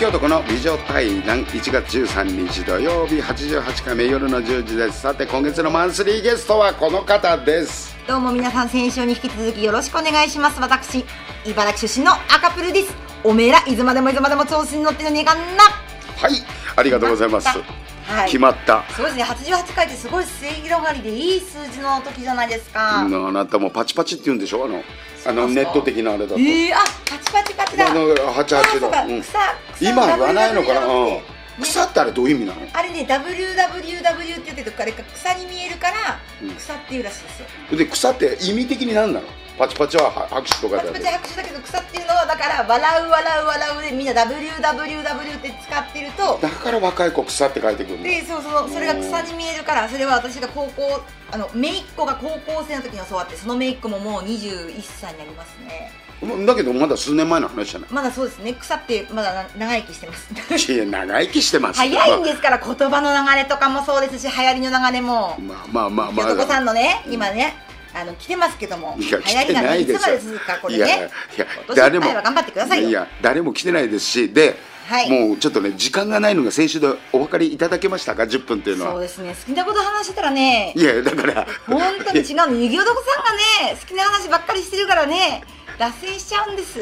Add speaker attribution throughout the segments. Speaker 1: 男の美女対談1月13日土曜日88回目夜の10時ですさて今月のマンスリーゲストはこの方です
Speaker 2: どうも皆さん先週に引き続きよろしくお願いします私茨城出身の赤プルですおめえらいつまでもいつまでも調子に乗ってんじゃねえかんな
Speaker 1: はいありがとうございます
Speaker 2: 決まはい
Speaker 1: 決まった
Speaker 2: そうですね88回ってすごい末広がりでいい数字の時じゃないですか、
Speaker 1: うんあなたもパチパチって言うんでしょあのあ
Speaker 2: そ
Speaker 1: の
Speaker 2: うそう
Speaker 1: ネット的なあれだと
Speaker 2: ええあパチパチパチだ
Speaker 1: あの88の
Speaker 2: あそうか
Speaker 1: うん
Speaker 2: 草草
Speaker 1: 今言わないのかな
Speaker 2: WWW
Speaker 1: うん
Speaker 2: ね
Speaker 1: 草ってあれどういう意味なの
Speaker 2: あれね WWW って言ってるから草に見えるから
Speaker 1: うん
Speaker 2: 草っていうらしいですよ
Speaker 1: で草って意味的に何なのパチパチはは拍手とか
Speaker 2: パ
Speaker 1: だ
Speaker 2: チ
Speaker 1: よ
Speaker 2: パ
Speaker 1: ね
Speaker 2: チ拍手だけど草っていうのはだから笑う笑う笑うでみんな WWW って使ってると
Speaker 1: だから若い子草って書いてくるの
Speaker 2: でそうそうそれが草に見えるからそれは私が高校あの姪っ子が高校生の時に教わってその姪っ子ももう21歳になりますね
Speaker 1: うんだけどまだ数年前の話じゃない
Speaker 2: まだそうですね草ってまだな長生きして ます
Speaker 1: いや長生きしてますよ
Speaker 2: 早いんですから言葉の流れとかもそうですし流行りの流れも
Speaker 1: まあまあまあまあ
Speaker 2: 男さんのね今ねあの来てますけども
Speaker 1: いや
Speaker 2: 流
Speaker 1: 来
Speaker 2: 行
Speaker 1: て
Speaker 2: り
Speaker 1: な
Speaker 2: なん
Speaker 1: い
Speaker 2: てい
Speaker 1: で
Speaker 2: つ
Speaker 1: しょ
Speaker 2: まで続くかこれ
Speaker 1: いやいや
Speaker 2: ね
Speaker 1: いや
Speaker 2: 今年い
Speaker 1: 誰
Speaker 2: っ
Speaker 1: も
Speaker 2: ぱいは頑張ってくださいよ
Speaker 1: いや誰も来てないですしで、
Speaker 2: はい
Speaker 1: もうちょっとね時間がないのが先週でお分かりいただけましたか10分っていうの
Speaker 2: そ
Speaker 1: は
Speaker 2: うですね好きなこと話してたらね
Speaker 1: いやだから
Speaker 2: 本当に違うのゆぎおどこさんがね好きな話ばっかりしてるからね脱線しちゃうんです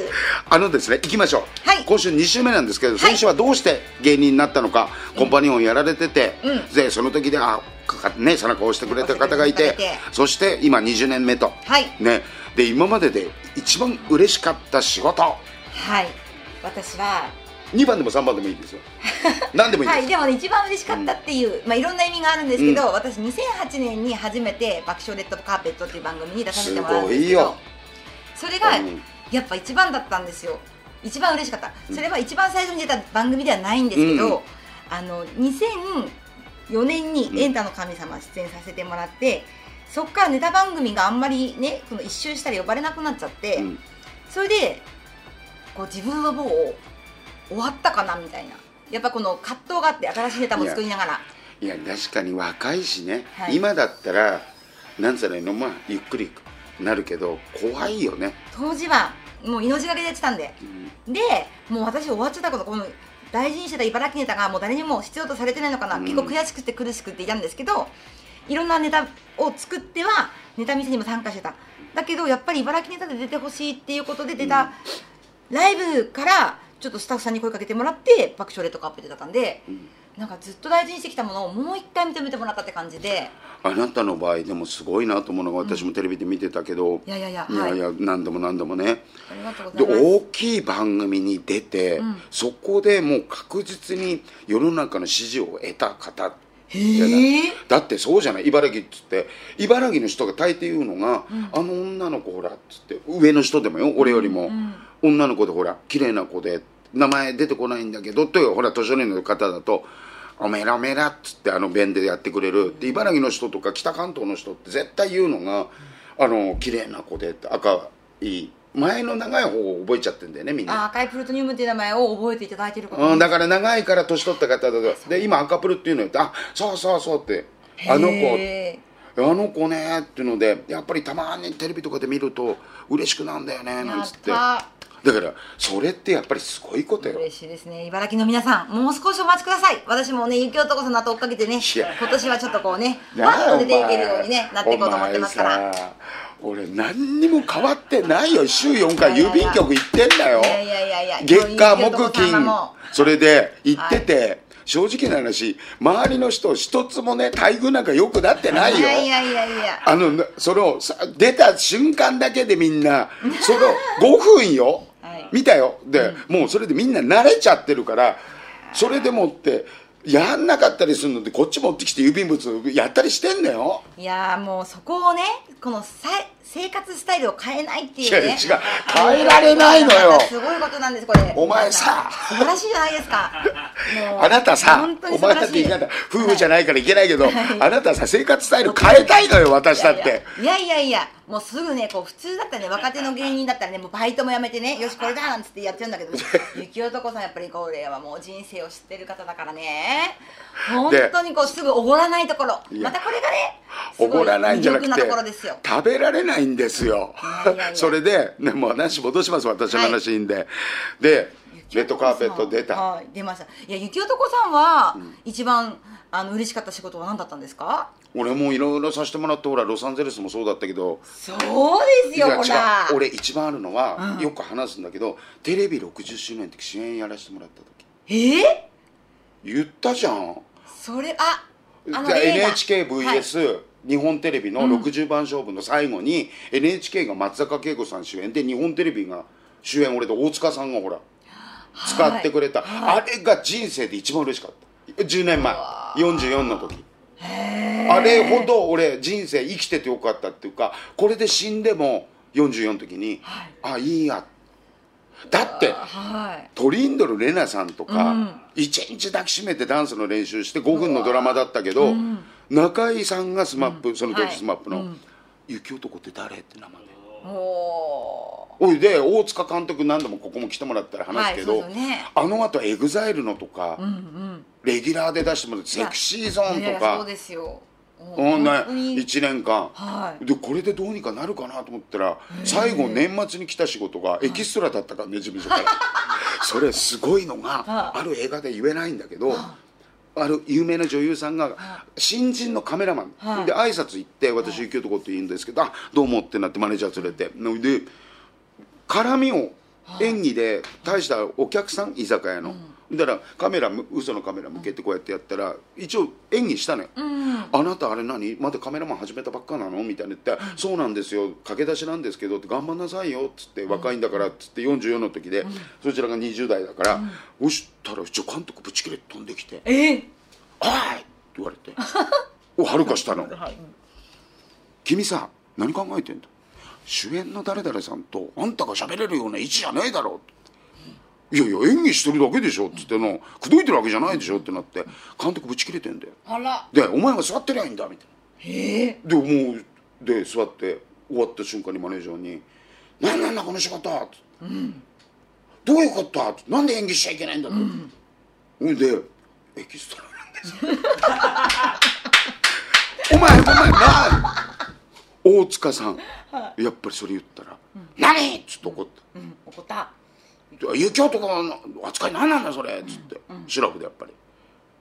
Speaker 1: あのですね行きましょう、
Speaker 2: はい
Speaker 1: 今週2週目なんですけど、先週はどうして芸人になったのか、コンパニオンやられてて、
Speaker 2: うん
Speaker 1: でその時であかかね背中を押してくれた方がいて
Speaker 2: 押してくれた方がいて
Speaker 1: そして今20年目と、
Speaker 2: はい
Speaker 1: ねで今までで一番嬉しかった仕事
Speaker 2: はい私は
Speaker 1: 2番でも3番でもいい ですよ何でもいいです、
Speaker 2: はいでもね一番嬉しかったっていう、まあいろんな意味があるんですけど、私2008年に初めて「爆笑レッドカーペット」っていう番組に出させてもらうんですけ
Speaker 1: すごいよ
Speaker 2: どそれが
Speaker 1: うん
Speaker 2: やっぱ一番だったんですよ一番嬉しかったそれは一番最初に出た番組ではないんですけど、
Speaker 1: うん
Speaker 2: あの2004年に「エンタの神様」出演させてもらって、そこからネタ番組があんまりねこの一周したら呼ばれなくなっちゃって、
Speaker 1: うん
Speaker 2: それでこう自分はもう終わったかなみたいなやっぱこの葛藤があって新しいネタも作りながら
Speaker 1: いや確かに若いしね、
Speaker 2: はい
Speaker 1: 今だったらなんつうのまあゆっくりなるけど怖いよね、
Speaker 2: 当時はもう命がけでやってたんで
Speaker 1: うん
Speaker 2: でもう私終わっちゃったことこの大事にしてた茨城ネタがもう誰にも必要とされてないのかな、
Speaker 1: うん
Speaker 2: 結構悔しくて苦しくていたんですけどいろんなネタを作ってはネタ見せにも参加してただけどやっぱり茨城ネタで出てほしいっていうことで出た、ライブからちょっとスタッフさんに声かけてもらって爆笑レッドカーペットだったんで、
Speaker 1: ん
Speaker 2: なんかずっと大事にしてきたものをもう一回認めてもらったって感じで
Speaker 1: あなたの場合でもすごいなと思うのが私もテレビで見てたけど、
Speaker 2: いやいやいや
Speaker 1: いやいや、何度も何度もね
Speaker 2: ありがとうご
Speaker 1: で
Speaker 2: ざいます
Speaker 1: 大きい番組に出て、
Speaker 2: うん
Speaker 1: そこでもう確実に世の中の支持を得た方じゃない
Speaker 2: へえ
Speaker 1: だってそうじゃない茨城っつって茨城の人が大抵言うのが、あの女の子ほらっつって上の人でもよ俺よりも、女の子でほら綺麗な子で名前出てこないんだけどというほら年寄りの方だと「おめらおめら」っつってあの弁でやってくれるで茨城の人とか北関東の人って絶対言うのが「あの綺麗な子で」って赤い前の長い方を覚えちゃってんだよねみんな。
Speaker 2: あ赤いプルトニウムっていう名前を覚えていただいてることに
Speaker 1: うん、だから長いから年取った方だとで今赤プルっていうのよってあそうそうそうってあの子
Speaker 2: へ
Speaker 1: あの子ねっていうのでやっぱりたまにテレビとかで見ると嬉しくなんだよね
Speaker 2: え
Speaker 1: なん
Speaker 2: や
Speaker 1: つってだ
Speaker 2: っ
Speaker 1: からそれってやっぱりすごいこと
Speaker 2: た
Speaker 1: よ
Speaker 2: 嬉しいですね茨城の皆さんもう少しお待ちください私もね雪男さんの後追っかけてね
Speaker 1: いや
Speaker 2: 今年はちょっとこうね
Speaker 1: なあ
Speaker 2: バッと出てい
Speaker 1: お
Speaker 2: け
Speaker 1: 前
Speaker 2: るようにねなっていこうと思ってますから
Speaker 1: お前さ俺何にも変わってないよ週4回郵便局行ってんだよ
Speaker 2: いやいやいやいや
Speaker 1: 月火木
Speaker 2: 雪男様
Speaker 1: 金
Speaker 2: も
Speaker 1: それで行ってて、正直な話周りの人一つもね待遇なんか良くなってないよ
Speaker 2: いやいやいやいや
Speaker 1: あの、なその、さ出た瞬間だけでみんな、その5分よ、
Speaker 2: はい
Speaker 1: 見たよ。で、もうそれでみんな慣れちゃってるから、それでもって、やんなかったりするので、こっち持ってきて郵便物やったりしてんのよ。
Speaker 2: いやーもうそこをねこのさ生活スタイルを変えないってい
Speaker 1: いうや、違
Speaker 2: ね
Speaker 1: う。変えられないのよ。
Speaker 2: すごいことなんですこれ
Speaker 1: お前さ
Speaker 2: 素晴らしいじゃないですかもう
Speaker 1: あなたさ
Speaker 2: 本当、に
Speaker 1: お
Speaker 2: 素
Speaker 1: 前
Speaker 2: 晴ら
Speaker 1: だっ
Speaker 2: してい
Speaker 1: 言い方、夫婦じゃないからいけないけど、あなたさ、生活スタイル変えたいのよ、私だって。
Speaker 2: いやいやいやもうすぐねこう普通だったらね若手の芸人だったらねもうバイトもやめてねよしこれだなんつってやっちゃうんだけど 雪男さんやっぱりこれはもう人生を知ってる方だからね本当にこうすぐおごらないところ
Speaker 1: いや
Speaker 2: またこれがねす
Speaker 1: お
Speaker 2: ご
Speaker 1: ごらないんじゃなく
Speaker 2: 魅
Speaker 1: て
Speaker 2: 力ところですよ
Speaker 1: 食べられないんですよ
Speaker 2: いやいやいや
Speaker 1: それで、ね、もう話戻します私の話いいんで、でレッドカーペット出た
Speaker 2: はい出ましたいや雪男さんは、
Speaker 1: ん
Speaker 2: 一番あの嬉しかった仕事は何だったんですか
Speaker 1: 俺もいろいろさせてもらってほらロサンゼルスもそうだったけど
Speaker 2: そうですよ
Speaker 1: いや
Speaker 2: ほら
Speaker 1: 違う俺一番あるのは、
Speaker 2: うん
Speaker 1: よく話すんだけどテレビ60周年って主演やらせてもらった時
Speaker 2: ええ
Speaker 1: 言ったじゃん
Speaker 2: それああの
Speaker 1: じゃあ
Speaker 2: 映画
Speaker 1: NHKVS、日本テレビの60番勝負の最後に、NHK が松坂慶子さん主演で日本テレビが主演俺と大塚さんがほら使ってくれた、あれが人生で一番嬉しかった10年前44の時あれほど俺人生生きててよかったっていうかこれで死んでも44の時に、
Speaker 2: はい
Speaker 1: あいいやだって
Speaker 2: はい
Speaker 1: トリンドル・レナさんとか、
Speaker 2: うん
Speaker 1: 一1日抱きしめてダンスの練習して5分のドラマだったけど、
Speaker 2: うん
Speaker 1: 中井さんがスマップ、その
Speaker 2: は
Speaker 1: 時
Speaker 2: い
Speaker 1: スマップの「
Speaker 2: うん
Speaker 1: 雪男って誰?」って名前で。
Speaker 2: お
Speaker 1: おいで大塚監督何度もここも来てもらったら
Speaker 2: ー
Speaker 1: 話すけど、
Speaker 2: はい、そうですよね
Speaker 1: あのあとエグザイルのとか、
Speaker 2: うんうん
Speaker 1: レギュラーで出してもらってセクシーゾー
Speaker 2: いやい
Speaker 1: ンと
Speaker 2: や
Speaker 1: か
Speaker 2: そうですよもう
Speaker 1: うんね
Speaker 2: 本当に
Speaker 1: 1年間
Speaker 2: はい
Speaker 1: でこれでどうにかなるかなと思ったら最後年末に来た仕事がエキストラだったからね事務 所からそれすごいのが
Speaker 2: はい
Speaker 1: ある映画で言えないんだけどある有名な女優さんが新人のカメラマ
Speaker 2: はい
Speaker 1: ンで挨拶行って「私行き男って言うんですけどあどうも」ってなってマネージャー連れてので絡みを演技で大したお客さん居酒屋のだからカメラむ嘘のカメラ向けてこうやってやったら一応演技したのよ
Speaker 2: うん
Speaker 1: あなたあれ何まだカメラマン始めたばっかなのみたいな言って、そうなんですよ駆け出しなんですけどって頑張んなさいよっつって若いんだからっつって44の時で、そちらが20代だから、そしたら助監督ぶち切れて飛んできて
Speaker 2: ええ
Speaker 1: 「はい!」って言われて「おはるかしたの君さ何考えてんだ主演の誰々さんとあんたが喋れるような位置じゃねえだろ」いやいや演技してるだけでしょ」っつっての「口説いてるわけじゃないでしょ」ってなって監督ぶち切れてんだよ
Speaker 2: あら
Speaker 1: で「お前は座ってりゃいいんだ」みたいな。
Speaker 2: ええ
Speaker 1: でもうで座って終わった瞬間にマネージャーに「何なんだこの仕事!」って、どういうことだ?」って「なんで演技しちゃいけないんだ」って、うん、で「エキストラなんですよ」お前お前な大塚さん、やっぱりそれ言ったら「何?」っつって怒って
Speaker 2: うん怒った
Speaker 1: 「雪男の扱い何なんだそれ」っつって、シラフでやっぱり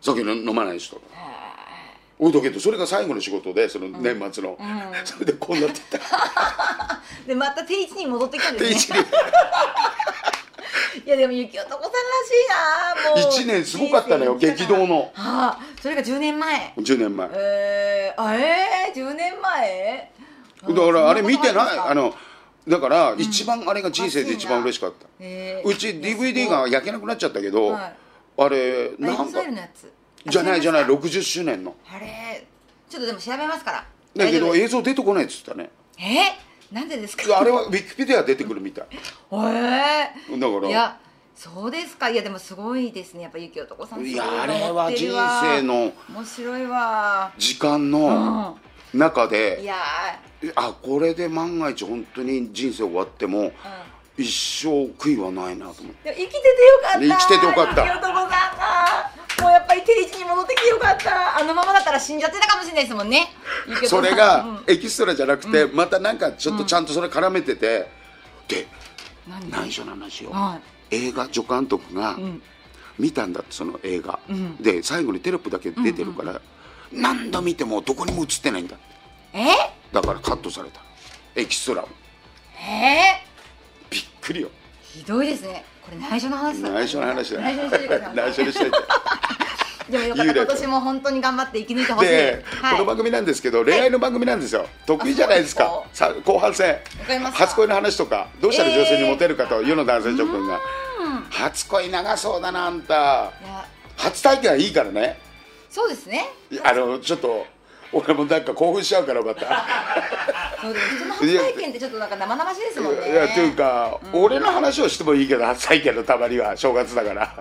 Speaker 1: 酒飲まない人が。おいだけどそれが最後の仕事でその年末の、 それでこうなってた
Speaker 2: でまた定位置に戻ってきたん
Speaker 1: で
Speaker 2: です
Speaker 1: 一
Speaker 2: ね
Speaker 1: 年
Speaker 2: いやでも雪男さんらしいなもう
Speaker 1: 一年すごかったのよ
Speaker 2: 人生
Speaker 1: 激動の
Speaker 2: はあそれが10年前
Speaker 1: 10年前だ
Speaker 2: えー、あえー、10年前
Speaker 1: からあれ見てないあ
Speaker 2: の、
Speaker 1: のだから一番あれが人生で一番嬉しかった、
Speaker 2: えー
Speaker 1: うち DVD が焼けなくなっちゃったけど、
Speaker 2: はい
Speaker 1: あれ
Speaker 2: ライ
Speaker 1: な
Speaker 2: ブ
Speaker 1: ん
Speaker 2: ス
Speaker 1: か
Speaker 2: タイルのやつ
Speaker 1: じゃないじゃない
Speaker 2: あ違ま
Speaker 1: 60周年の
Speaker 2: すかあれちょっとでも調べますから
Speaker 1: だけ
Speaker 2: 大丈夫
Speaker 1: ど
Speaker 2: です
Speaker 1: 映像出てこないっつったね
Speaker 2: えー、なんでですか
Speaker 1: あれはウィキペディア出てくるみたい
Speaker 2: え
Speaker 1: だか
Speaker 2: ー、
Speaker 1: ら
Speaker 2: いやそうですかいやでもすごいですねやっぱ雪男さん
Speaker 1: い
Speaker 2: すご
Speaker 1: やあ
Speaker 2: と
Speaker 1: れ
Speaker 2: 思っ
Speaker 1: は
Speaker 2: て
Speaker 1: 人
Speaker 2: るわ
Speaker 1: 生の
Speaker 2: 面白いわ
Speaker 1: 時間
Speaker 2: う
Speaker 1: の
Speaker 2: ん
Speaker 1: 中
Speaker 2: い
Speaker 1: で、
Speaker 2: や
Speaker 1: あこれで万が一本当に人生終わっても、
Speaker 2: ー、うん
Speaker 1: 一生悔いはないなと思って
Speaker 2: でも生きててよかった
Speaker 1: 生きててよかった
Speaker 2: 生きてる男さんがもうやっぱり定位置に戻ってきてよかったあのままだったら死んじゃってたかもしれないですもんね生きてて
Speaker 1: そ
Speaker 2: よか
Speaker 1: れ
Speaker 2: った
Speaker 1: がエキストラじゃなくて、またなんかちょっとちゃんとそれ絡めてて、で
Speaker 2: 何
Speaker 1: 内緒の話よ、
Speaker 2: は
Speaker 1: 映画助監督が
Speaker 2: ん
Speaker 1: 見たんだってその映画、
Speaker 2: うん
Speaker 1: で最後にテロップだけ出てるから、何度見てもどこにも映ってないんだ
Speaker 2: え
Speaker 1: だからカットされたエキストラを
Speaker 2: え
Speaker 1: びっくりよ
Speaker 2: ひどいですねこれ内緒の話だ
Speaker 1: 内緒の話だ
Speaker 2: 内緒にしててください
Speaker 1: 内緒にしてて
Speaker 2: でもよかっ
Speaker 1: 幽
Speaker 2: た
Speaker 1: 霊
Speaker 2: 今年も本当に頑張って生き抜いてほしい
Speaker 1: で、
Speaker 2: はい
Speaker 1: この番組なんですけど恋愛の番組なんですよ、得意じゃないです
Speaker 2: あそ
Speaker 1: か
Speaker 2: うで
Speaker 1: さ後半戦
Speaker 2: かりました
Speaker 1: 初恋の話とかどうしたら女性にモテるかと、世の男性諸君が
Speaker 2: うん
Speaker 1: 初恋長そうだなあんた
Speaker 2: いや
Speaker 1: 初体験はいいからね
Speaker 2: そうですね
Speaker 1: あのちょっと俺もなんか興奮しちゃうからま た
Speaker 2: そうです人の初体験ってちょっとなんか生々しいですもんね
Speaker 1: いやというか、俺の話をしてもいいけど初体験のたまには正月だから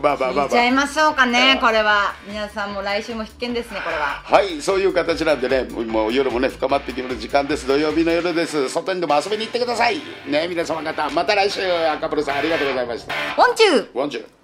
Speaker 1: まあまあまあ
Speaker 2: 聞いち
Speaker 1: ま
Speaker 2: ゃい
Speaker 1: あ
Speaker 2: ましょうか
Speaker 1: まあま
Speaker 2: ね
Speaker 1: あ
Speaker 2: これは皆さんも来週も必見ですねこれは
Speaker 1: はいそういう形なんでねもう夜もね深まってくる時間です土曜日の夜です外にでも遊びに行ってくださいね皆様方また来週赤プロさんありがとうございました
Speaker 2: オンチュー
Speaker 1: ワンジュー